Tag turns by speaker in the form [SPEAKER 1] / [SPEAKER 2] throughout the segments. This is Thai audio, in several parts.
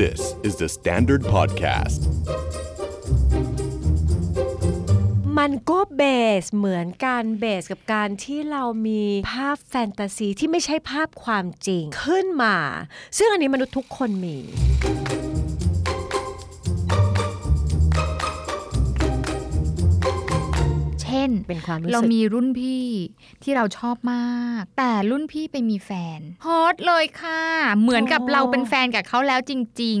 [SPEAKER 1] This is the Standard Podcast.
[SPEAKER 2] มันก็เบสเหมือนการเบสกับการที่เรามีภาพแฟนตาซีที่ไม่ใช่ภาพความจริงขึ้นมา ซึ่งอันนี้มนุษย์ทุกคนมี
[SPEAKER 3] เช่น
[SPEAKER 2] เป็นความรู้สึก
[SPEAKER 3] เรามีรุ่นพี่ที่เราชอบมาก แต่รุ่นพี่ไปมีแฟนฮอตเลยค่ะ เหมือนกับเราเป็นแฟนกับเขาแล้วจริง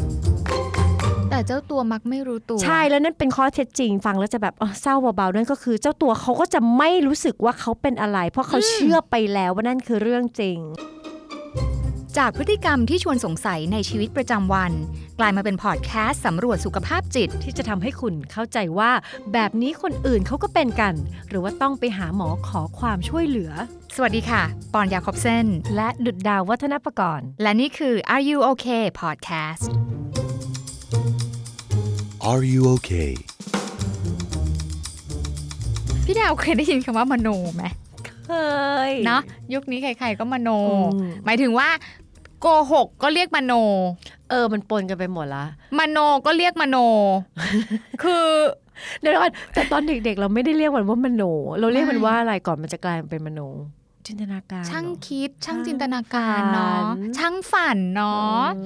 [SPEAKER 3] ๆ แต่เจ้าตัวมักไม่รู้ตัว
[SPEAKER 2] ใช่แล้วนั่นเป็นข้อเท็จจริงฟังแล้วจะแบบอ๋อเศร้าเบาๆนั่นก็คือ เจ้าตัวเขาก็จะไม่รู้สึกว่าเขาเป็นอะไร เพราะเขาเชื่อไปแล้วว่านั่นคือเรื่องจริง
[SPEAKER 3] จากพฤติกรรมที่ชวนสงสัยในชีวิตประจำวัน กลายมาเป็นพอดแคสต์สำรวจสุขภาพจิต
[SPEAKER 2] ที่จะทำให้คุณเข้าใจว่าแบบนี้คนอื่นเขาก็เป็นกัน หรือว่าต้องไปหาหมอขอความช่วยเหลือ
[SPEAKER 3] สวัสดีค่ะ ปอนยาคอบเซน
[SPEAKER 2] และดุดดาววัฒนประกรณ์
[SPEAKER 3] และนี่คือ Are You Okay Podcast
[SPEAKER 1] Are you okay?
[SPEAKER 3] พี่ดาวเคยได้ยินคำว่ามโนไหม
[SPEAKER 2] เคย
[SPEAKER 3] เนาะยุคนี้ใครๆก็มโน
[SPEAKER 2] อืม
[SPEAKER 3] หมายถึงว่าโกหกก็เรียกมโน
[SPEAKER 2] เออมันปนกันไปหมดละ
[SPEAKER 3] มโนก็เรียกมโน คือ
[SPEAKER 2] เดี๋ยวก่อนแต่ตอนเด็กๆ เราไม่ได้เรียกมันว่ามโน เราเรียกมันว่าอะไรก่อนมันจะกลายเป็นมโน จินตนาการ
[SPEAKER 3] ช่างคิดช่างจินตนาการเนาะ
[SPEAKER 2] ฝัน
[SPEAKER 3] ช่างฝัน
[SPEAKER 2] เน
[SPEAKER 3] เนาะ
[SPEAKER 2] อ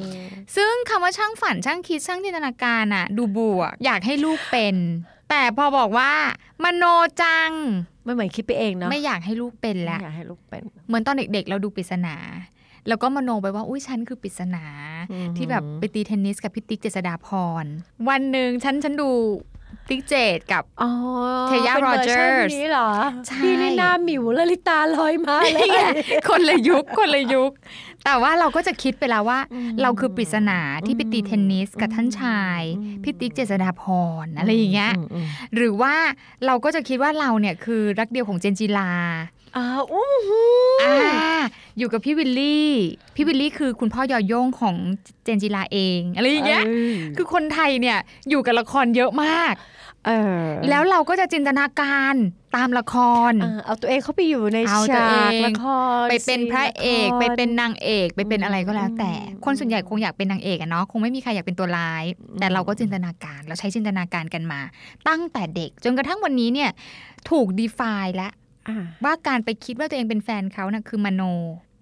[SPEAKER 2] ะ
[SPEAKER 3] ซึ่งคำว่าช่างฝันช่างคิดช่างจินตนาการอะดูบวกอยากให้ลูกเป็น แต่พอบอกว่ามโนจัง
[SPEAKER 2] มันเหมือนคิดไปเองเนาะ
[SPEAKER 3] ไม่อยากให้ลูกเป็น
[SPEAKER 2] ไม่
[SPEAKER 3] แล้ว
[SPEAKER 2] อยากให้ลูกเป็น
[SPEAKER 3] เหมือนตอนเด็กๆ เราดูปริศนา แล้วก็มโนไปว่าอุ้ยฉันคือปริศนา
[SPEAKER 2] อือหือ
[SPEAKER 3] ที่แบบไปตีเทนนิสกับพี่ติ๊กเจษดาพร วันหนึ่งฉันฉันดูติ๊กเจดกับ
[SPEAKER 2] อ๋อ
[SPEAKER 3] เทย่า
[SPEAKER 2] ป็นวชัน
[SPEAKER 3] Rogers
[SPEAKER 2] นี้เหรอ
[SPEAKER 3] ใช่
[SPEAKER 2] พี่นี่หน้าหมิวละลิตาลอยมาเลย
[SPEAKER 3] คนละยุคคนละยุค แต่ว่าเราก็จะคิดไปแล้วว่า
[SPEAKER 2] อืม
[SPEAKER 3] เราคือปริศนาที่ไปตีเทนนิสกับท่านชาย
[SPEAKER 2] อืม
[SPEAKER 3] พี่ติ๊กเจษดาพรอะไรอย่างเงี้ย
[SPEAKER 2] มอืม
[SPEAKER 3] หรือว่าเราก็จะคิดว่าเราเนี่ยคือรักเดียวของเจนจิลา
[SPEAKER 2] อ่าอู้หู
[SPEAKER 3] อ่าอยู่กับพี่วิลลี่ พี่วิลลี่คือคุณพ่อยอโย่งของเจนจิลาเองอะไรอย่างเงี้ย คือคนไทยเนี่ยอยู่กับละครเยอะมาก
[SPEAKER 2] เออ
[SPEAKER 3] แล้วเราก็จะจินตนาการตามละคร
[SPEAKER 2] เออเอาตัวเองเข้าไปอยู่ใน
[SPEAKER 3] เอาตัว
[SPEAKER 2] ฉาก
[SPEAKER 3] เอง
[SPEAKER 2] ละคร
[SPEAKER 3] ไปเป็นพระเอก
[SPEAKER 2] ซีนละคร
[SPEAKER 3] ไปเป็นนางเอก ไปเป็นอะไรก็แล้ว แต่
[SPEAKER 2] อืม
[SPEAKER 3] คนส่วนใหญ่คงอยากเป็นนางเอกอะเนาะคงไม่มีใครอยากเป็นตัวร้าย
[SPEAKER 2] อืม
[SPEAKER 3] แต่เราก็จินตนาการเราใช้จินตนาการกันมา ตั้งแต่เด็กจนกระทั่งวันนี้เนี่ยถูก define แล้ว
[SPEAKER 2] อ่า
[SPEAKER 3] ว่าการไปคิดว่าตัวเองเป็นแฟนเขาน่ะคือมโน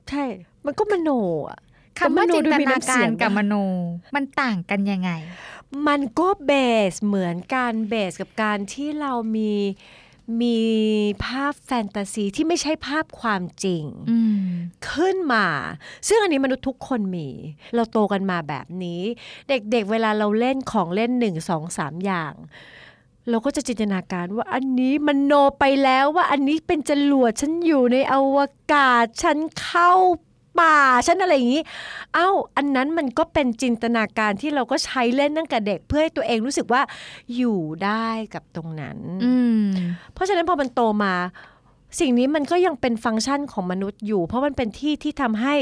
[SPEAKER 2] ใช่ มันก็มโนอ่ะ
[SPEAKER 3] คำว่าจินตนาการกับม
[SPEAKER 2] มัน
[SPEAKER 3] โน มันต่างกันยังไง
[SPEAKER 2] มันก็เบสเหมือนการเบสกับการที่เรามีมีภาพแฟนตาซีที่ไม่ใช่ภาพความจริง
[SPEAKER 3] อืม
[SPEAKER 2] ขึ้นมา ซึ่งอันนี้มนุษย์ทุกคนมี เราโตกันมาแบบนี้ เด็กๆ เวลาเราเล่นของเล่นหนึ่งสองสามอย่าง เราก็จะจินตนาการว่าอันนี้มันโนไปแล้วว่าอันนี้เป็นจรวดฉันอยู่ในอวกาศ ฉันเข้าป่าฉันอะไรอย่างนี้ เอ้า อันนั้นมันก็เป็นจินตนาการที่เราก็ใช้เล่นตั้งแต่เด็กเพื่อให้ตัวเองรู้สึกว่าอยู่ได้กับตรงนั้น
[SPEAKER 3] อืม
[SPEAKER 2] เพราะฉะนั้นพอมันโตมา สิ่งนี้มันก็ยังเป็นฟังก์ชันของมนุษย์อยู่ เพราะมันเป็นที่ที่ทำให้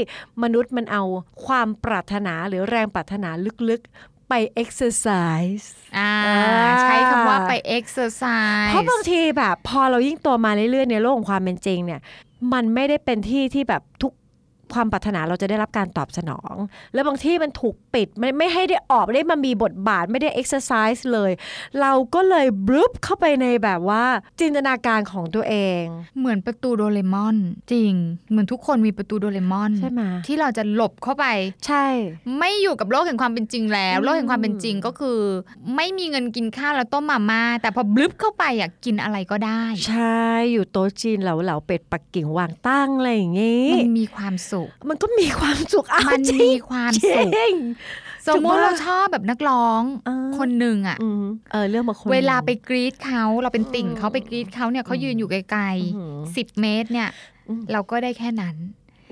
[SPEAKER 2] มนุษย์มันเอาความปรารถนาหรือแรงปรารถนาลึกๆไป exercise
[SPEAKER 3] อ่า
[SPEAKER 2] อ่า
[SPEAKER 3] ใช้คำว่าไป exercise
[SPEAKER 2] เพราะบางทีแบบ พอเรายิ่งโตมาเรื่อยๆในโลกของความเป็นจริงเนี่ย มันไม่ได้เป็นที่ที่แบบทุกความปรารถนาเราจะได้รับการตอบสนอง แล้วบางที่มันถูกปิดไม่ไม่ให้ได้ออกไม่ได้มามีบทบาทไม่ได้เอ็กซ์ไซส์เลย เราก็เลยบลุ๊บเข้าไปในแบบว่าจินตนาการของตัวเอง
[SPEAKER 3] เหมือนประตูโดเรมอน จริง เหมือนทุกคนมีประตูโดเรมอน
[SPEAKER 2] ใช่ไหม
[SPEAKER 3] ที่เราจะหลบเข้าไป
[SPEAKER 2] ใช่
[SPEAKER 3] ไม่อยู่กับโลกแห่งความเป็นจริงแล้ว
[SPEAKER 2] อืม
[SPEAKER 3] โลกแห่งความเป็นจริงก็คือ ไม่มีเงินกินข้าวแล้วต้มมาม่าแต่พอบลึบเข้าไปอยากกินอะไรก็ได้
[SPEAKER 2] ใช่ อยู่โต๊ะจีนเหลาเหลาๆเป็ดปักกิ่งวางตั้งอะไรอย่างงี้
[SPEAKER 3] มันมีความสุข
[SPEAKER 2] มันก็มีความสุขอ้า
[SPEAKER 3] มั
[SPEAKER 2] วน จริ
[SPEAKER 3] มี
[SPEAKER 2] ง
[SPEAKER 3] ความ
[SPEAKER 2] จ
[SPEAKER 3] สุข
[SPEAKER 2] ริง
[SPEAKER 3] สมมติ
[SPEAKER 2] จะว่า
[SPEAKER 3] เราชอบแบบนักร้อง
[SPEAKER 2] เออ
[SPEAKER 3] คนหนึ่งอะ
[SPEAKER 2] อืมเออเรื่องมาคน
[SPEAKER 3] เวลาไปกรีดเขาเราเป็นติ่ง
[SPEAKER 2] อืม
[SPEAKER 3] เขาไปกรีดเขาเนี่ยเขายืนอยู่ไกล
[SPEAKER 2] อื้อหือ
[SPEAKER 3] ๆสิบเมตรเนี่ย
[SPEAKER 2] อืม
[SPEAKER 3] เราก็ได้แค่นั้น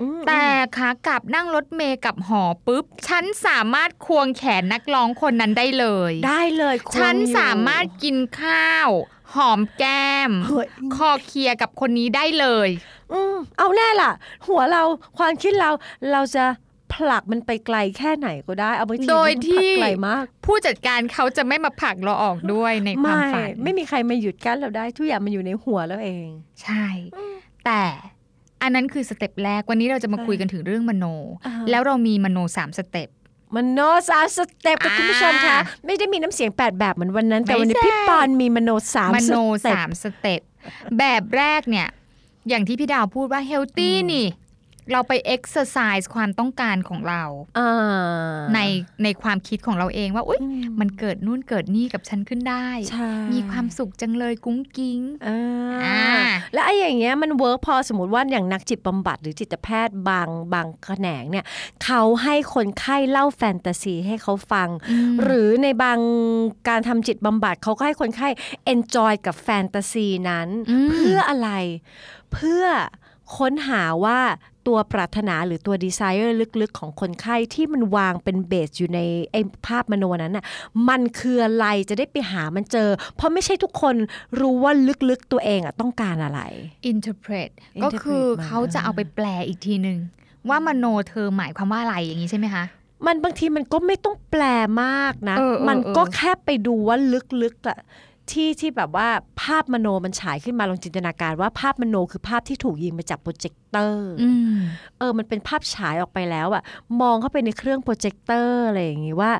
[SPEAKER 2] อืม
[SPEAKER 3] แต่ขากลับนั่งรถเมย์กลับหอปุ๊บ ฉันสามารถควงแขนนักร้องคนนั้นได้เลย
[SPEAKER 2] ได้เลยคง
[SPEAKER 3] ฉัน
[SPEAKER 2] อยู่
[SPEAKER 3] สามารถกินข้าว หอมแก้ม
[SPEAKER 2] เฮ้ย
[SPEAKER 3] คอเคลียร์กับคนนี้ได้เลย
[SPEAKER 2] อืมเอาแน่ล่ะ หัวเราความคิดเราเราจะผลักมันไปไกลแค่ไหนก็ได้ เอาบางที
[SPEAKER 3] โดย
[SPEAKER 2] มันผลั
[SPEAKER 3] ที่
[SPEAKER 2] กไกลมาก
[SPEAKER 3] ผู้จัดการเขาจะไม่มาผลักเราออกด้วยในควา
[SPEAKER 2] ไม่
[SPEAKER 3] มฝัน
[SPEAKER 2] ไม่มีใครมาหยุดกั้นเราได้ทุกอย่างมันอยู่ในหัวเราเอง
[SPEAKER 3] ใช่ แต่อัน อันนั้นคือสเต็ปแรกวันนี้เราจะมาคุยกันถึงเรื่องมโน
[SPEAKER 2] อ่า
[SPEAKER 3] แล้วเรามีมโนสามสเต็ป
[SPEAKER 2] มโนสามสเต็ปค่ะ
[SPEAKER 3] อ่า
[SPEAKER 2] คุณผู้ชมคะ ไม่ได้มีน้ำเสียงแปดแบบเหมือนวันนั้น แต่
[SPEAKER 3] ไม่
[SPEAKER 2] วันนี้
[SPEAKER 3] ใช่
[SPEAKER 2] พี่ปอนมีมโนสาม
[SPEAKER 3] ม
[SPEAKER 2] ส
[SPEAKER 3] โน
[SPEAKER 2] เต็ป
[SPEAKER 3] สามสเต็ปแบบแรกเนี่ย อย่างที่พี่ดาวพูดว่าเฮลตี้นี่ เราไปเอ็กซ์ไซส์ความต้องการของเรา
[SPEAKER 2] อ่า
[SPEAKER 3] ในในความคิดของเราเองว่า อุ๊ย
[SPEAKER 2] อื
[SPEAKER 3] มันเกิดนู่นเกิดนี่กับฉันขึ้นได้
[SPEAKER 2] ใช่
[SPEAKER 3] มีความสุขจังเลยกุ้งกิ้ง
[SPEAKER 2] อ่า
[SPEAKER 3] อ่า
[SPEAKER 2] แล้วไอ้อย่างเงี้ยมันเวิร์กพอสมมติว่าอย่างนักจิตบำบัดหรือจิตแพทย์บางบางแขนงเนี่ยเขาให้คนไข้เล่าแฟนตาซีให้เขาฟัง หรือในบางการทำจิตบำบัดเขาก็ให้คนไข้ enjoy กับแฟนตาซีนั้น
[SPEAKER 3] ม
[SPEAKER 2] เพื่ออะไร เพื่อค้นหาว่าตัวปรารถนาหรือตัวดีไซเ r อร์ลึกๆ ของคนไข้ที่มันวางเป็นเบสอยู่ในไอ้ภาพมโนนั้นน่ะ มันคืออะไรจะได้ไปหามันเจอ เพราะไม่ใช่ทุกคนรู้ว่าลึกๆตัวเองอะต้องการอะไร
[SPEAKER 3] interpret ก็คือเขาจะเอาไปแปลอีกทีหนึ่งว่ามโนเธอหมายความว่าอะไรอย่างนี้ใช่ไหมคะ
[SPEAKER 2] มันบางทีมันก็ไม่ต้องแปลมากนะ
[SPEAKER 3] เออเออ
[SPEAKER 2] มันก็
[SPEAKER 3] เออ
[SPEAKER 2] แค่ไปดูว่าลึกๆอะที่ที่แบบว่าภาพมโนมันฉายขึ้นมาลองจินตนาการว่าภาพมโนคือภาพที่ถูกยิงมาจากโปรเจคเตอร์
[SPEAKER 3] อืม
[SPEAKER 2] เออ มันเป็นภาพฉายออกไปแล้วอะมองเข้าไปในเครื่องโปรเจคเตอร์อะไรอย่างงี้ว่า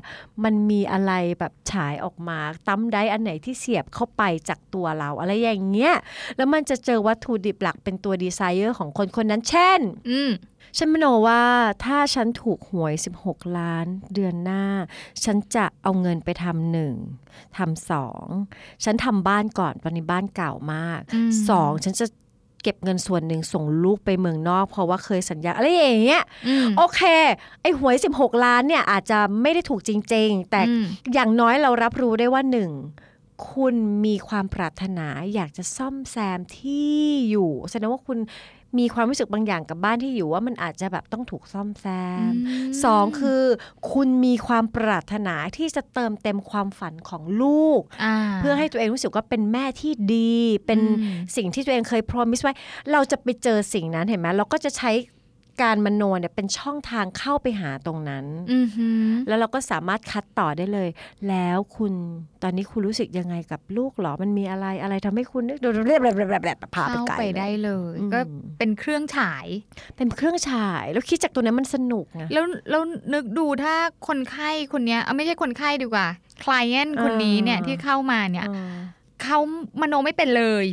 [SPEAKER 2] มันมีอะไรแบบฉายออกมาตั้มได้อันไหนที่เสียบเข้าไปจากตัวเรา อะไรอย่างเงี้ย แล้วมันจะเจอวัตถุดิบหลักเป็นตัวดีไซเนอร์ของคนคนนั้น เช่น
[SPEAKER 3] อืม
[SPEAKER 2] ฉันมโนว่าถ้าฉันถูกหวย 16 ล้านเดือนหน้า ฉันจะเอาเงินไปทำหนึ่งทำสองฉันทำบ้านก่อนตอนนี้บ้านเก่ามาก
[SPEAKER 3] อืม
[SPEAKER 2] สองฉันจะเก็บเงินส่วนหนึ่งส่งลูกไปเมืองนอก เพราะว่าเคยสัญญาอะไรอย่างเงี้ย
[SPEAKER 3] อืม
[SPEAKER 2] โอเค ไอ้หวย 16 ล้านเนี่ยอาจจะไม่ได้ถูกจริง ๆ แต่
[SPEAKER 3] อืม
[SPEAKER 2] อย่างน้อยเรารับรู้ได้ว่าหนึ่งคุณมีความปรารถนาอยากจะซ่อมแซมที่อยู่แสดงว่าคุณมีความรู้สึกบางอย่างกับบ้านที่อยู่ว่ามันอาจจะแบบต้องถูกซ่อมแซมสองคือ คุณมีความปรารถนาที่จะเติมเต็มความฝันของลูก
[SPEAKER 3] อ่า
[SPEAKER 2] เพื่อให้ตัวเองรู้สึกว่าเป็นแม่ที่ดี เป็น
[SPEAKER 3] อืม
[SPEAKER 2] สิ่งที่ตัวเองเคยพรอมิสไว้ เราจะไปเจอสิ่งนั้นเห็นไหมเราก็จะใช้การมโนเนี่ยเป็นช่องทางเข้าไปหาตรงนั้น
[SPEAKER 3] อือหือ
[SPEAKER 2] แล้วเราก็สามารถคัดต่อได้เลย แล้วคุณตอนนี้คุณรู้สึกยังไงกับลูกเหรอ มันมีอะไรอะไรทำให้คุณนึกเรียบๆๆๆๆพาไป
[SPEAKER 3] เข้า
[SPEAKER 2] ไกล
[SPEAKER 3] ไป
[SPEAKER 2] เล
[SPEAKER 3] ได้
[SPEAKER 2] ย
[SPEAKER 3] เลย
[SPEAKER 2] อืม
[SPEAKER 3] ก็เป็นเครื่องฉาย
[SPEAKER 2] เป็นเครื่องฉาย แล้วคิดจากตัวนั้นมันสนุกไง
[SPEAKER 3] แล้วแล้วนึกดูถ้าคนไข้คนเนี้ยเอาไม่ใช่คนไข้ดีกว่า คลเอนคนนี้เนี่ย
[SPEAKER 2] อ่า
[SPEAKER 3] ที่เข้ามาเนี่ย
[SPEAKER 2] เออ
[SPEAKER 3] เขามโนไม่เป็นเลย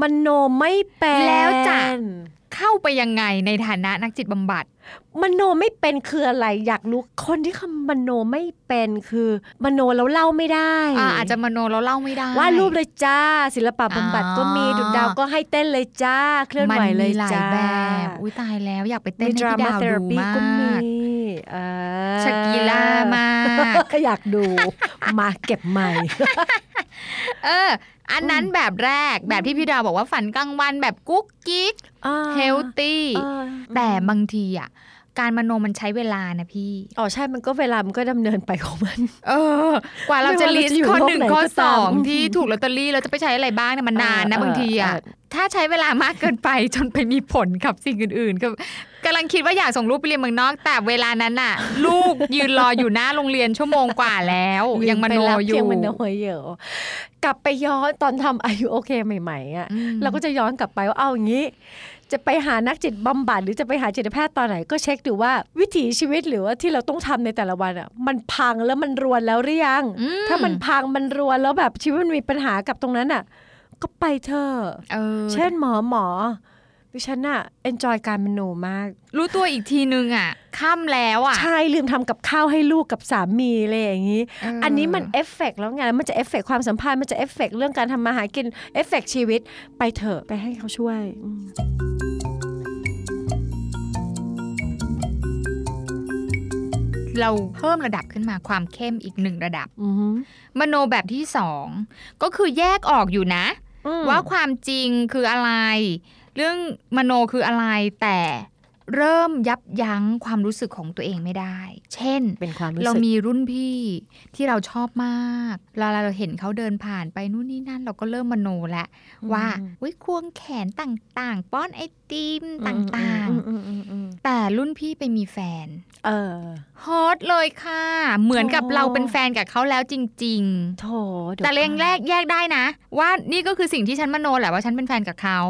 [SPEAKER 2] มโนไม่เป็น
[SPEAKER 3] แล้วจะ เข้าไปยังไงในฐานะนักจิตบำบัด
[SPEAKER 2] มโนไม่เป็นคืออะไรอยากรู้คนที่คำมโนไม่เป็นคือมโนแล้วเล่าไม่ได้
[SPEAKER 3] อ่าอาจจะมโนเราเล่าไม่ได้
[SPEAKER 2] วาดรูปเลยจ้า ศิลปะบำบัดก็มี
[SPEAKER 3] อ๋อ
[SPEAKER 2] ดุดดาวก็ให้เต้นเลยจ้า เคลื่อนไหวเลย
[SPEAKER 3] มันมีหลาย
[SPEAKER 2] จ้า
[SPEAKER 3] แบบอุ้ยตายแล้วอยากไปเต้น
[SPEAKER 2] มี
[SPEAKER 3] ให้
[SPEAKER 2] ดรา
[SPEAKER 3] พี่
[SPEAKER 2] ม่า
[SPEAKER 3] ดาว
[SPEAKER 2] เทอ
[SPEAKER 3] ดู
[SPEAKER 2] ราปี
[SPEAKER 3] มา
[SPEAKER 2] ก็มี
[SPEAKER 3] ก
[SPEAKER 2] เออ
[SPEAKER 3] ชากีล่ามาก
[SPEAKER 2] อยากดู มาเก็บใหม่
[SPEAKER 3] เออ อันนั้นแบบแรกแบบที่พี่ดาวบอกว่าฝันกลางวันแบบกุ๊กกิ๊ก เฮลตี้
[SPEAKER 2] เออ
[SPEAKER 3] แต่บางทีอ่ะการมโนมันใช้เวลานะพี่
[SPEAKER 2] อ๋อใช่มันก็เวลามันก็ดำเนินไปของมัน
[SPEAKER 3] เออ กว่าเราจะ
[SPEAKER 2] ไม่ว่าเรา
[SPEAKER 3] ลิส
[SPEAKER 2] จะอยู่
[SPEAKER 3] ต์ข้อ
[SPEAKER 2] โลก
[SPEAKER 3] หนึ่ง
[SPEAKER 2] ไหน
[SPEAKER 3] ข้อ
[SPEAKER 2] ก็
[SPEAKER 3] ส
[SPEAKER 2] ตา
[SPEAKER 3] อ
[SPEAKER 2] ม
[SPEAKER 3] งที่ถูกลอตเตอรี่เราจะไปใช้อะไรบ้างเนี่ยมันนานนะ
[SPEAKER 2] เออเออบ
[SPEAKER 3] างทีอ่ะ
[SPEAKER 2] เออ
[SPEAKER 3] ถ้าใช้เวลามากเกินไป จนไปมีผลกับสิ่งอื่นๆก็กำลังคิดว่าอยากส่งลูกไปเรียนเมืองนอก แต่เวลานั้น น่ะ ลูกยืนรออยู่หน้าโรงเรียนชั่วโมงกว่าแล้ว ยังมโนอ
[SPEAKER 2] ลื
[SPEAKER 3] ยู่
[SPEAKER 2] มไปแล้วเพีงมโนอยู่กลับไปย้อนตอนทำอายุโอเคใหม่ๆอ่ะ
[SPEAKER 3] อืม
[SPEAKER 2] เราก็จะย้อนกลับไปว่าเอาอย่างนี้ จะไปหานักจิตบำบัดหรือจะไปหาจิตแพทย์ตอนไหนก็เช็คดูว่าวิถีชีวิตหรือว่าที่เราต้องทำในแต่ละวันอ่ะมันพังแล้วมันรวนแล้วหรือยัง
[SPEAKER 3] อืม
[SPEAKER 2] ถ้ามันพังมันรวนแล้วแบบชีวิตมันมีปัญหากับตรงนั้นอ่ะ ก็ไปเถอะ
[SPEAKER 3] เออ
[SPEAKER 2] เช่นหมอหมอดิฉันอ่ะ enjoy การมโนมาก
[SPEAKER 3] รู้ตัวอีกทีนึงอ่ะค่ำแล้วอ่ะ
[SPEAKER 2] ใช่ลืมทำกับข้าวให้ลูกกับสามีอะไรอย่างนี้
[SPEAKER 3] เ
[SPEAKER 2] อันนี้มันเอฟเฟกต์แล้วไงแล้วมันจะเอฟเฟกต์ความสัมพันธ์มันจะเอฟเฟกต์เรื่องการทำมาหากินเอฟเฟกต์ชีวิตไปเถอะไปให้เขาช่วยอืม
[SPEAKER 3] เราเพิ่มระดับขึ้นมาความเข้มอีกหนึ่งระดับ
[SPEAKER 2] อือหือ
[SPEAKER 3] มโนแบบที่สองก็คือแยกออกอยู่นะ
[SPEAKER 2] อืม
[SPEAKER 3] ว่าความจริงคืออะไร เรื่องมโนคืออะไรแต่เริ่มยับยั้งความรู้สึกของตัวเองไม่ได้ เช่น
[SPEAKER 2] เป็นความรู้สึก
[SPEAKER 3] เรามีรุ่นพี่ที่เราชอบมากเวลาเราเห็นเขาเดินผ่านไปนู่นนี่นั่น เราก็เริ่มมโนแล้วว่าอุ้ยควงแขนต่างๆ ป้อนไอติมต่าง
[SPEAKER 2] อืมอืมอืมอืม
[SPEAKER 3] ๆ แต่รุ่นพี่ไปมีแฟน
[SPEAKER 2] เออ
[SPEAKER 3] ฮอตเลยค่ะ เหมือนกับ
[SPEAKER 2] โอ้
[SPEAKER 3] เราเป็นแฟนกับเขาแล้วจริง ๆ
[SPEAKER 2] โถดี๋ยว
[SPEAKER 3] แต่เรียงแรกแยกได้นะ ว่านี่ก็คือสิ่งที่ฉันมโนแหละว่าฉันเป็นแฟนกับเขา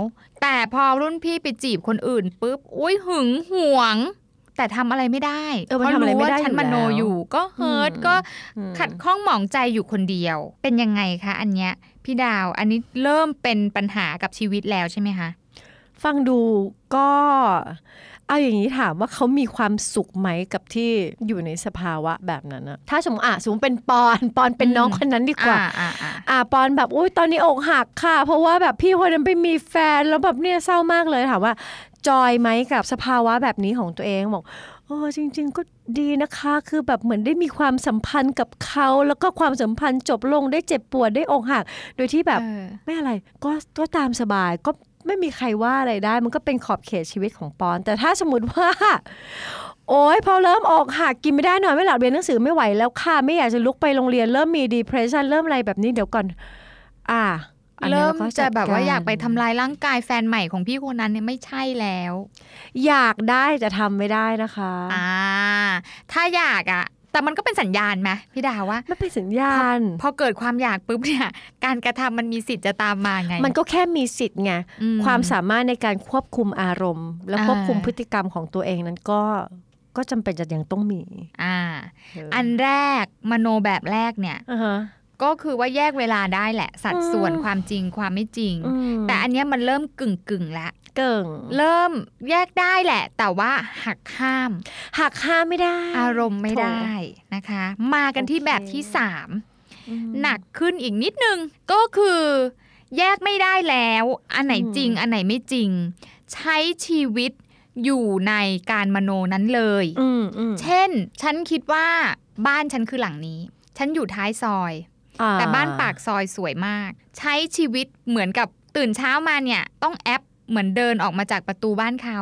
[SPEAKER 3] แต่พอรุ่นพี่ไปจีบคนอื่นปุ๊บอุ้ยหึงหวง แต่ทำอะไรไม่ได้
[SPEAKER 2] เออมันทำอะไรไม่ได้
[SPEAKER 3] เพาว่าฉันมโน
[SPEAKER 2] อยู่แล้ว
[SPEAKER 3] อยู่ก็เฮิร์ต
[SPEAKER 2] อืม
[SPEAKER 3] ก็
[SPEAKER 2] อืม
[SPEAKER 3] ขัดข้องหมองใจอยู่คนเดียว เป็นยังไงคะ อันเนี้ยพี่ดาว อันนี้เริ่มเป็นปัญหากับชีวิตแล้วใช่ไหมคะ
[SPEAKER 2] ฟังดูก็เอาอย่างนี้ถามว่าเขามีความสุขไหมกับที่อยู่ในสภาวะแบบนั้นอะถ้าสมมติอ่ะสมมติเป็นปอนปอนเป็นน้อง
[SPEAKER 3] อืม
[SPEAKER 2] คนนั้นดีกว่า
[SPEAKER 3] อ่าอ่า
[SPEAKER 2] อ่ะปอนแบบอุ้ยตอนนี้อกหักค่ะ เพราะว่าแบบพี่คนนั้นไปมีแฟนแล้วแบบเนี่ยเศร้ามากเลยถามว่า จอยไหมกับสภาวะแบบนี้ของตัวเองบอกโอ้จริง ๆ ก็ดีนะคะ คือแบบเหมือนได้มีความสัมพันธ์กับเขาแล้วก็ความสัมพันธ์จบลงได้เจ็บปวดได้อกหัก โดยที่แบบ
[SPEAKER 3] เออ
[SPEAKER 2] ไม่อะไรก็ก็ตามสบายก็ไม่มีใครว่าอะไรได้ มันก็เป็นขอบเขตชีวิตของปอน แต่ถ้าสมมติว่า โอ๊ยพอเริ่มออกหักกินไม่ได้นอนไม่หลับเรียนหนังสือไม่ไหวแล้วค่ะไม่อยากจะลุกไปโรงเรียนเริ่มมี depression เริ่มอะไรแบบนี้เดี๋ยวก่อน อ่าอันนี้
[SPEAKER 3] เริ่ม
[SPEAKER 2] ราก็
[SPEAKER 3] จะ
[SPEAKER 2] ด
[SPEAKER 3] แบบว่าอยากไปทำ
[SPEAKER 2] ร
[SPEAKER 3] ลายร่างกายแฟนใหม่ของพี่คนนั้นเนี่ยไม่ใช่แล้ว
[SPEAKER 2] อยากได้แต่ทำไม่ได้นะคะ
[SPEAKER 3] อ่า ถ้าอยากอะแต่มันก็เป็นสัญญาณไหมพี่ดาวว่า
[SPEAKER 2] ไม่เป็นสัญญาณ
[SPEAKER 3] พอเกิดความอยากปุ๊บเนี่ย การกระทำมันมีสิทธิ์จะตามมาไง
[SPEAKER 2] มันก็แค่มีสิทธิ์ไง
[SPEAKER 3] อื
[SPEAKER 2] ความสามารถในการควบคุมอารมณ์ และควบคุมพฤติกรรมของตัวเองนั้นก็ก็จำเป็นจะยังต้องมี
[SPEAKER 3] อ่า
[SPEAKER 2] เ
[SPEAKER 3] อันแรกมโนแบบแรกเนี่ย
[SPEAKER 2] อ่าฮะ
[SPEAKER 3] ก็คือว่าแยกเวลาได้แหละ สัดส่วน
[SPEAKER 2] อืม
[SPEAKER 3] ความจริงความไม่จริง แต่
[SPEAKER 2] แต่
[SPEAKER 3] อันเนี้ยมันเริ่มกึ่งกึ่งๆแล้ว
[SPEAKER 2] เก่ง
[SPEAKER 3] เริ่มแยกได้แหละ แต่ว่าหักข้าม
[SPEAKER 2] หักห้ามไม่ได้
[SPEAKER 3] อารมณ์ไม่ได้นะคะ มากันที่แบบที่ 3
[SPEAKER 2] อืม
[SPEAKER 3] หนักขึ้นอีกนิดนึง ก็คือ แยกไม่ได้แล้ว อันไหนจริง อันไหนไม่จริง ใช้ชีวิตอยู่ในการมโนนั้นเลย
[SPEAKER 2] อืมอืม
[SPEAKER 3] เช่น ฉันคิดว่าบ้านฉันคือหลังนี้ ฉันอยู่ท้ายซอย
[SPEAKER 2] อ่
[SPEAKER 3] แต่บ้านปากซอยสวยมาก ใช้ชีวิตเหมือนกับตื่นเช้ามาเนี่ย ต้องแอปเหมือนเดินออกมาจากประตูบ้านเขา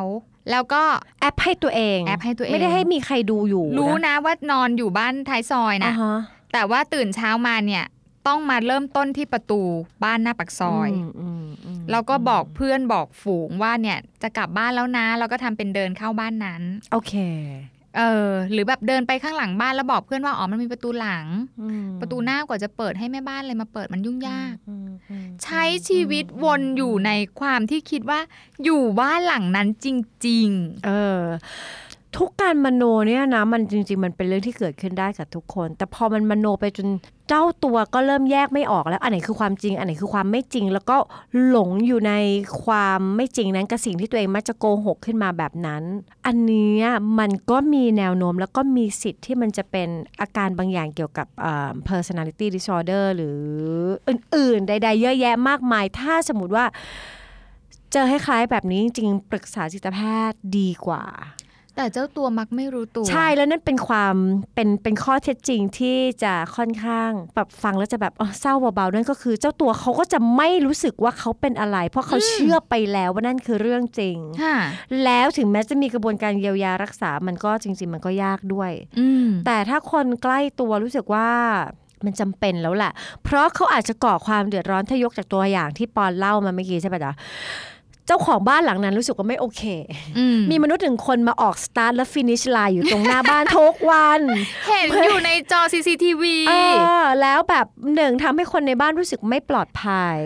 [SPEAKER 3] แล้วก็
[SPEAKER 2] แอปให้ตัวเอง
[SPEAKER 3] แอปให้ตัวเอง
[SPEAKER 2] ไม่ได้ให้มีใครดูอยู่
[SPEAKER 3] รู้นะว่านอนอยู่บ้านท้ายซอย
[SPEAKER 2] อ่า
[SPEAKER 3] นะ
[SPEAKER 2] ฮะ
[SPEAKER 3] แต่ว่าตื่นเช้ามาเนี่ย ต้องมาเริ่มต้นที่ประตูบ้านหน้าปากซอย
[SPEAKER 2] มมอืม
[SPEAKER 3] แล้วก็บอกเพื่อนบอกฝูงว่าเนี่ยจะกลับบ้านแล้วนะ แล้วก็ทำเป็นเดินเข้าบ้านนั้น
[SPEAKER 2] โอเค
[SPEAKER 3] เออ หรือแบบเดินไปข้างหลังบ้านแล้วบอกเพื่อนว่าอ๋อมันมีประตูหลัง
[SPEAKER 2] อืม
[SPEAKER 3] ประตูหน้ากว่าจะเปิดให้แม่บ้านเลยมาเปิดมันยุ่งยาก
[SPEAKER 2] อืมอืม
[SPEAKER 3] ใช้ชีวิตวนอยู่ในความที่คิดว่า อยู่บ้านหลังนั้นจริง
[SPEAKER 2] เออ ทุกการมโนเนี่ยนะมันจริง ๆ มันเป็นเรื่องที่เกิดขึ้นได้กับทุกคน แต่พอมันมโนไปจนเจ้าตัวก็เริ่มแยกไม่ออกแล้ว อันไหนคือความจริง อันไหนคือความไม่จริง แล้วก็หลงอยู่ในความไม่จริงนั้นกับสิ่งที่ตัวเองมักจะโกหกขึ้นมาแบบนั้น อันเนี้ยมันก็มีแนวโน้มแล้วก็มีสิทธิ์ที่มันจะเป็นอาการบางอย่างเกี่ยวกับเอ่อ personality disorder หรืออื่น ๆ ใด ๆ เยอะแยะมากมาย ถ้าสมมติว่า เจอให้คล้ายๆแบบนี้จริงๆปรึกษาจิตแพทย์ดีกว่า
[SPEAKER 3] ๆ แต่เจ้าตัวมักไม่รู้ตัว
[SPEAKER 2] ใช่แล้วนั่นเป็นความเป็นเป็นข้อเท็จจริงที่จะค่อนข้างแบบฟังแล้วจะแบบอ๋อเศร้าเบาๆนั่นก็คือเจ้าตัวเขาก็จะไม่รู้สึกว่าเขาเป็นอะไร เพราะเขาเชื่อไปแล้วว่านั่นคือเรื่องจริง
[SPEAKER 3] ค่ะ
[SPEAKER 2] แล้วถึงแม้จะมีกระบวนการเยียวยารักษามันก็จริง ๆ มันก็ยากด้วย
[SPEAKER 3] อืม
[SPEAKER 2] แต่ถ้าคนใกล้ตัวรู้สึกว่ามันจำเป็นแล้วแหละ เพราะเขาอาจจะก่อความเดือดร้อนถ้ายกจากตัวอย่างที่ปอนเล่ามาเมื่อกี้ใช่ปะจ๊ะเจ้าของบ้านหลังนั้นรู้สึกว่าไม่โอเค
[SPEAKER 3] อืม
[SPEAKER 2] มีมนุษย์หนึ่งคนมาออกสตาร์ทและฟินิชไลน์อยู่ตรงหน้าบ้าน ทุกวัน
[SPEAKER 3] เห็นอยู่ในจอ CCTV
[SPEAKER 2] เออแล้วแบบหนึ่งทำให้คนในบ้านรู้สึกไม่ปลอดภั ย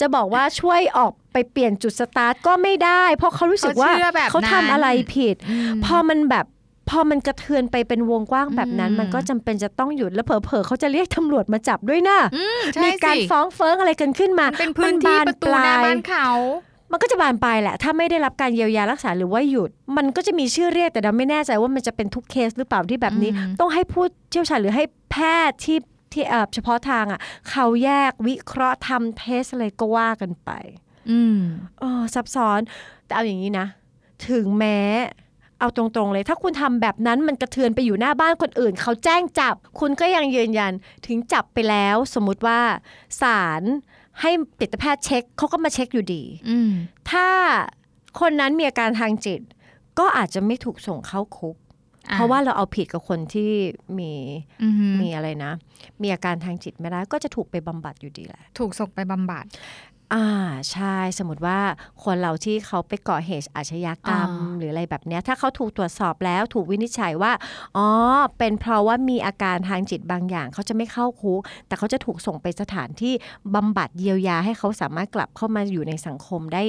[SPEAKER 2] จะบอกว่าช่วยออกไปเปลี่ยนจุดสตาร์ทก็ไม่ได้ เพราะเขารู้สึกว่า
[SPEAKER 3] เขาเชื่อแบบนั้น
[SPEAKER 2] เขาทำอะไรผิด
[SPEAKER 3] ม
[SPEAKER 2] พอมันแบบพอมันกระเทือนไปเป็นวงกว้างแบบนั้น
[SPEAKER 3] อืม
[SPEAKER 2] มันก็จำเป็นจะต้องหยุดแล้วเผลอๆเขาจะเรียกตำรวจมาจับด้วยนะ
[SPEAKER 3] อืมใช่
[SPEAKER 2] มีการ
[SPEAKER 3] สิ
[SPEAKER 2] ฟ้องเฟิงอะไรกันขึ้นมา
[SPEAKER 3] มันเป็นพื้นที่
[SPEAKER 2] มับ
[SPEAKER 3] ประตูหน้า
[SPEAKER 2] ปล
[SPEAKER 3] บ้าย นเขา
[SPEAKER 2] มันก็จะบานปลายแหละ ถ้าไม่ได้รับการเยียวยารักษาหรือว่าหยุด มันก็จะมีชื่อเรียกแต่เราไม่แน่ใจว่ามันจะเป็นทุกเคสหรือเปล่าที่แบบนี้
[SPEAKER 3] อืม
[SPEAKER 2] ต้องให้ผู้เชี่ยวชาญหรือให้แพทย์ที่ที่เอ่อเฉพาะทางอ่ะ เขาแยกวิเคราะห์ทำเทสอะไรก็ว่ากันไป
[SPEAKER 3] อืม
[SPEAKER 2] เออซับซ้อน แต่เอาอย่างนี้นะ ถึงแม้ เอาตรงๆเลย ถ้าคุณทำแบบนั้นมันกระเทือนไปอยู่หน้าบ้านคนอื่น เขาแจ้งจับ คุณก็ยังยืนยันถึงจับไปแล้ว สมมุติว่าศาลให้จิตแพทย์เช็คเขาก็มาเช็คอยู่ดี
[SPEAKER 3] อืม
[SPEAKER 2] ถ้าคนนั้นมีอาการทางจิต ก็อาจจะไม่ถูกส่งเข้าคุก
[SPEAKER 3] อ่
[SPEAKER 2] เพราะว่าเราเอาผิดกับคนที่มี
[SPEAKER 3] อือฮึ
[SPEAKER 2] มีอะไรนะ มีอาการทางจิตไม่ได้ก็จะถูกไปบำบัดอยู่ดีแหละ
[SPEAKER 3] ถูกส่งไปบำบัด
[SPEAKER 2] อ่าใช่สมมติว่าคนเราที่เขาไปก่อเหตุอาชญากรรม
[SPEAKER 3] อ่า
[SPEAKER 2] หรืออะไรแบบเนี้ยถ้าเขาถูกตรวจสอบแล้วถูกวินิจฉัยว่า อ๋อ เป็นเพราะว่ามีอาการทางจิตบางอย่าง เขาจะไม่เข้าคุก แต่เขาจะถูกส่งไปสถานที่บำบัดเยียวยาให้เขาสามารถกลับเข้ามาอยู่ในสังคมได้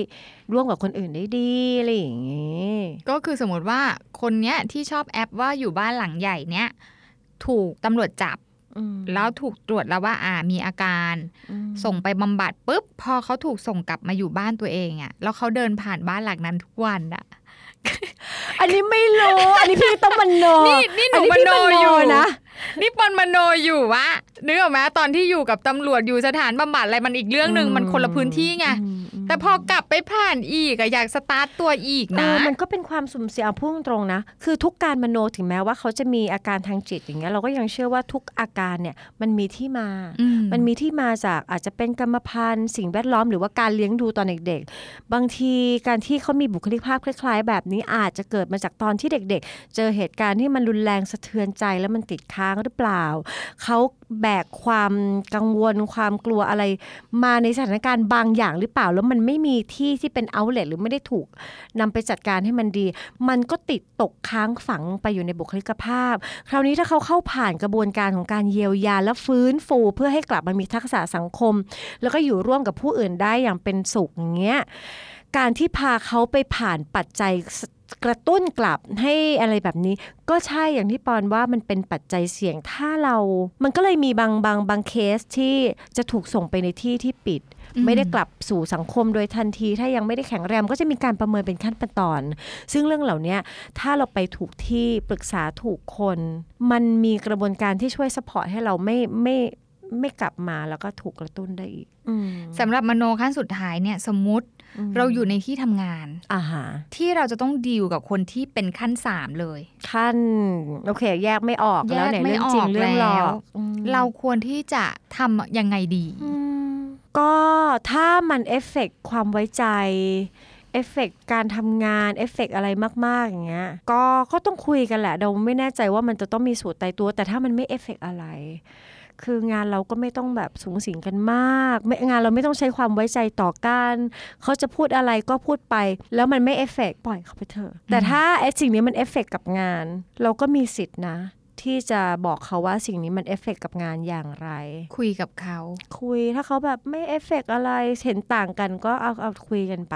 [SPEAKER 2] ร่วมกับคนอื่นได้ดีอะไรอย่างงี้
[SPEAKER 3] ก็คือสมมติว่าคนเนี้ยที่ชอบแอปว่าอยู่บ้านหลังใหญ่เนี้ยถูกตำรวจจับ
[SPEAKER 2] อืม
[SPEAKER 3] แล้วถูกตรวจแล้วว่าอ่ามีอาการ
[SPEAKER 2] อืม
[SPEAKER 3] ส่งไปบำบัดปุ๊บพอเขาถูกส่งกลับมาอยู่บ้านตัวเองอะ่ะแล้วเขาเดินผ่านบ้านหลังนั้นทุกวันอะ่ะ
[SPEAKER 2] อันนี้ไม่รู้อันนี้พี่ต้องมันโน
[SPEAKER 3] นี่นี่หนูม
[SPEAKER 2] อัพี่
[SPEAKER 3] โนอยู่
[SPEAKER 2] นะ
[SPEAKER 3] นี่ปนมโนอยู่วะนึกออกไหมตอนที่อยู่กับตำรวจอยู่สถานบำบัดอะไรมันอีกเรื่องหนึ่งมันคนละพื้นที่ไง
[SPEAKER 2] อืมม
[SPEAKER 3] แต่พอกลับไปผ่านอีกอะอยากสตาร์ทตัวอีก
[SPEAKER 2] เอ
[SPEAKER 3] นะ
[SPEAKER 2] อมันก็เป็นความสุ่มเสี่ยงเอาพูดตรงๆนะ คือทุกการมโนถึงแม้ว่าเขาจะมีอาการทางจิตอย่างเงี้ยเราก็ยังเชื่อว่าทุกอาการเนี่ยมันมีที่มา
[SPEAKER 3] อื
[SPEAKER 2] มันมีที่มาจากอาจจะเป็นกรรมพันธุ์สิ่งแวดล้อมหรือว่าการเลี้ยงดูตอนเด็กๆ บางทีการที่เขามีบุคลิกภาพคล้าย ๆ แบบนี้อาจจะเกิดมาจากตอนที่เด็ก ๆ เจอเหตุการณ์ที่มันรุนแรงสะเทือนใจแล้วมันติดค้างหรือเปล่า เขาแบกความกังวลความกลัวอะไร มาในสถานการณ์บางอย่างหรือเปล่า แล้วมันไม่มีที่ที่เป็น outlet หรือไม่ได้ถูกนำไปจัดการให้มันดี มันก็ติดตกค้างฝังไปอยู่ในบุคลิกภาพ คราวนี้ถ้าเขาเข้าผ่านกระบวนการของการเยียวยาและฟื้นฟูเพื่อให้กลับมามีทักษะสังคม แล้วก็อยู่ร่วมกับผู้อื่นได้อย่างเป็นสุขอย่างเงี้ยการที่พาเขาไปผ่านปัจจัยกระตุ้นกลับให้อะไรแบบนี้ ก็ใช่อย่างที่ปอนว่ามันเป็นปัจจัยเสี่ยงถ้าเรา มันก็เลยมีบางบางบางเคสที่จะถูกส่งไปในที่ที่ปิด ไม่ได้กลับสู่สังคมโดยทันที ถ้ายังไม่ได้แข็งแรงก็จะมีการประเมินเป็นขั้นเป็นตอน ซึ่งเรื่องเหล่านี้ถ้าเราไปถูกที่ปรึกษาถูกคน มันมีกระบวนการที่ช่วยสปอร์ตให้เราไม่ไม่ไม่กลับมาแล้วก็ถูกกระตุ้นได้อีก
[SPEAKER 3] สำหรับมโนขั้นสุดท้ายเนี่ยสมมุติ
[SPEAKER 2] ม
[SPEAKER 3] เราอยู่ในที่ทำงาน
[SPEAKER 2] อาหา
[SPEAKER 3] ที่เราจะต้องดีลกับคนที่เป็นขั้นสามเลย
[SPEAKER 2] ขั้นโอเค แยกไม่ออกแล้วเนี่ย
[SPEAKER 3] แยกไม่
[SPEAKER 2] เรื่องจริง
[SPEAKER 3] ออก
[SPEAKER 2] เรื่องหลอ
[SPEAKER 3] แล้ว
[SPEAKER 2] กอืม
[SPEAKER 3] เราควรที่จะทำยังไงดี
[SPEAKER 2] อืมก็ถ้ามันเอฟเฟกต์ความไว้ใจ เอฟเฟกต์การทำงาน เอฟเฟกต์อะไรมาก ๆ อย่างเงี้ยก็ก็ต้องคุยกันแหละเราไม่แน่ใจว่ามันจะต้องมีสูตรตายตัว แต่ถ้ามันไม่เอฟเฟกต์อะไร คืองานเราก็ไม่ต้องแบบสูงสิงกันมากไม่งานเราไม่ต้องใช้ความไว้ใจต่อกันเขาจะพูดอะไรก็พูดไป แล้วมันไม่เอฟเฟกต์ปล่อยเขาไปเถอะแต่ถ้าไอ้สิ่งนี้มันเอฟเฟกต์กับงาน เราก็มีสิทธินะ ที่จะบอกเขาว่าสิ่งนี้มันเอฟเฟกต์กับงานอย่างไร
[SPEAKER 3] คุยกับเขา
[SPEAKER 2] คุยถ้าเขาแบบไม่เอฟเฟกต์อะไรเห็นต่างกันก็เอาเอาคุยกันไป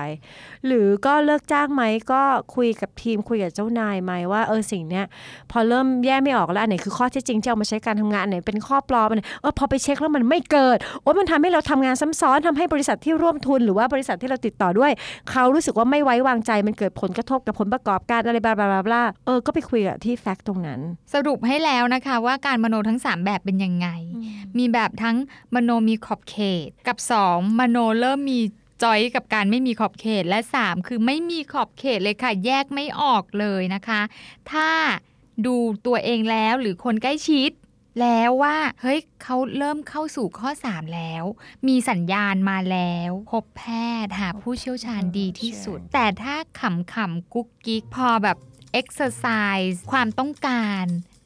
[SPEAKER 2] หรือก็เลิกจ้างไหมก็คุยกับทีมคุยกับเจ้านายไหมว่าเออสิ่งเนี้ยพอเริ่มแยกไม่ออกแล้วอันไหนคือข้อเท็จจริงที่เอามาใช้การทำงานอันไหนเป็นข้อปลอมอันไหนเออพอไปเช็คแล้วมันไม่เกิดโอ้มันทำให้เราทำงานซ้ำซ้อนทำให้บริษัทที่ร่วมทุนหรือว่าบริษัทที่เราติดต่อด้วย เขารู้สึกว่าไม่ไว้วางใจมันเกิดผลกระทบกับผลประกอบการอะไรบลาบลาบลาเออก็ไปคุยกับที่แฟกต์ตรงนั้น
[SPEAKER 3] สรุปให้แล้วนะคะว่าการมโนทั้ง 3 แบบเป็นยังไง มีแบบทั้งมโนมีขอบเขต กับ 2 มโนเริ่มมีจอยกับการไม่มีขอบเขตและ 3 คือไม่มีขอบเขตเลยค่ะ แยกไม่ออกเลยนะคะ ถ้าดูตัวเองแล้วหรือคนใกล้ชิด แล้วว่า เฮ้ยเขาเริ่มเข้าสู่ข้อ 3 แล้ว มีสัญญาณมาแล้ว พบแพทย์หาผู้เชี่ยวชาญดีที่สุด แต่ถ้าขำขำกุ๊กกิ๊กพอแบบ exercise ความต้องการ